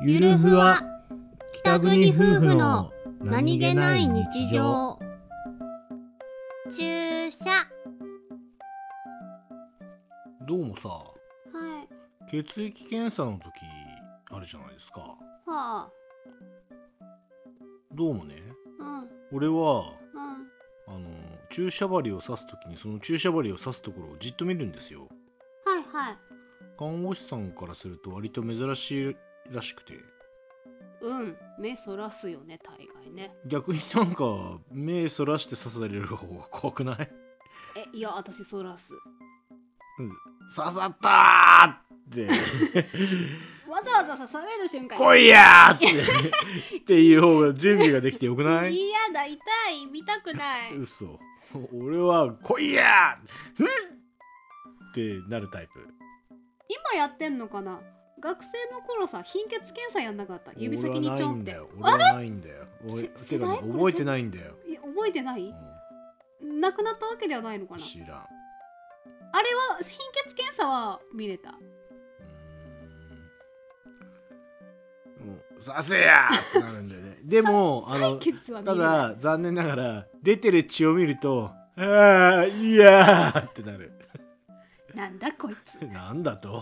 ゆるふわ北国夫婦の何気ない日常注射どうもさはい血液検査の時あるじゃないですかはあどうもねうん俺はうんあの注射針を刺す時にその注射針を刺すところをじっと見るんですよはいはい看護師さんからすると割と珍しいらしくてうん目そらすよね大概ね逆になんか目そらして刺される方が怖くないえいや私そらす刺さったーって わざわざ刺される瞬間来いやーってっていう方が準備ができてよくない嫌だ痛い見たくない嘘俺は来いやーうんってなるタイプ今やってんのかな学生の頃さ貧血検査やんなかった指先にちょんって俺はないんだよ俺はないんだよおいせてかね世代覚えてないんだよ、いや覚えてないなくなったわけではないのかうんな知らんあれは貧血検査は見れたうーんもう刺せやーってなるんだ よねでもあ採の血は見たれないだ残念ながら出てる血を見るとああいやーってなる なんだこいつなんだと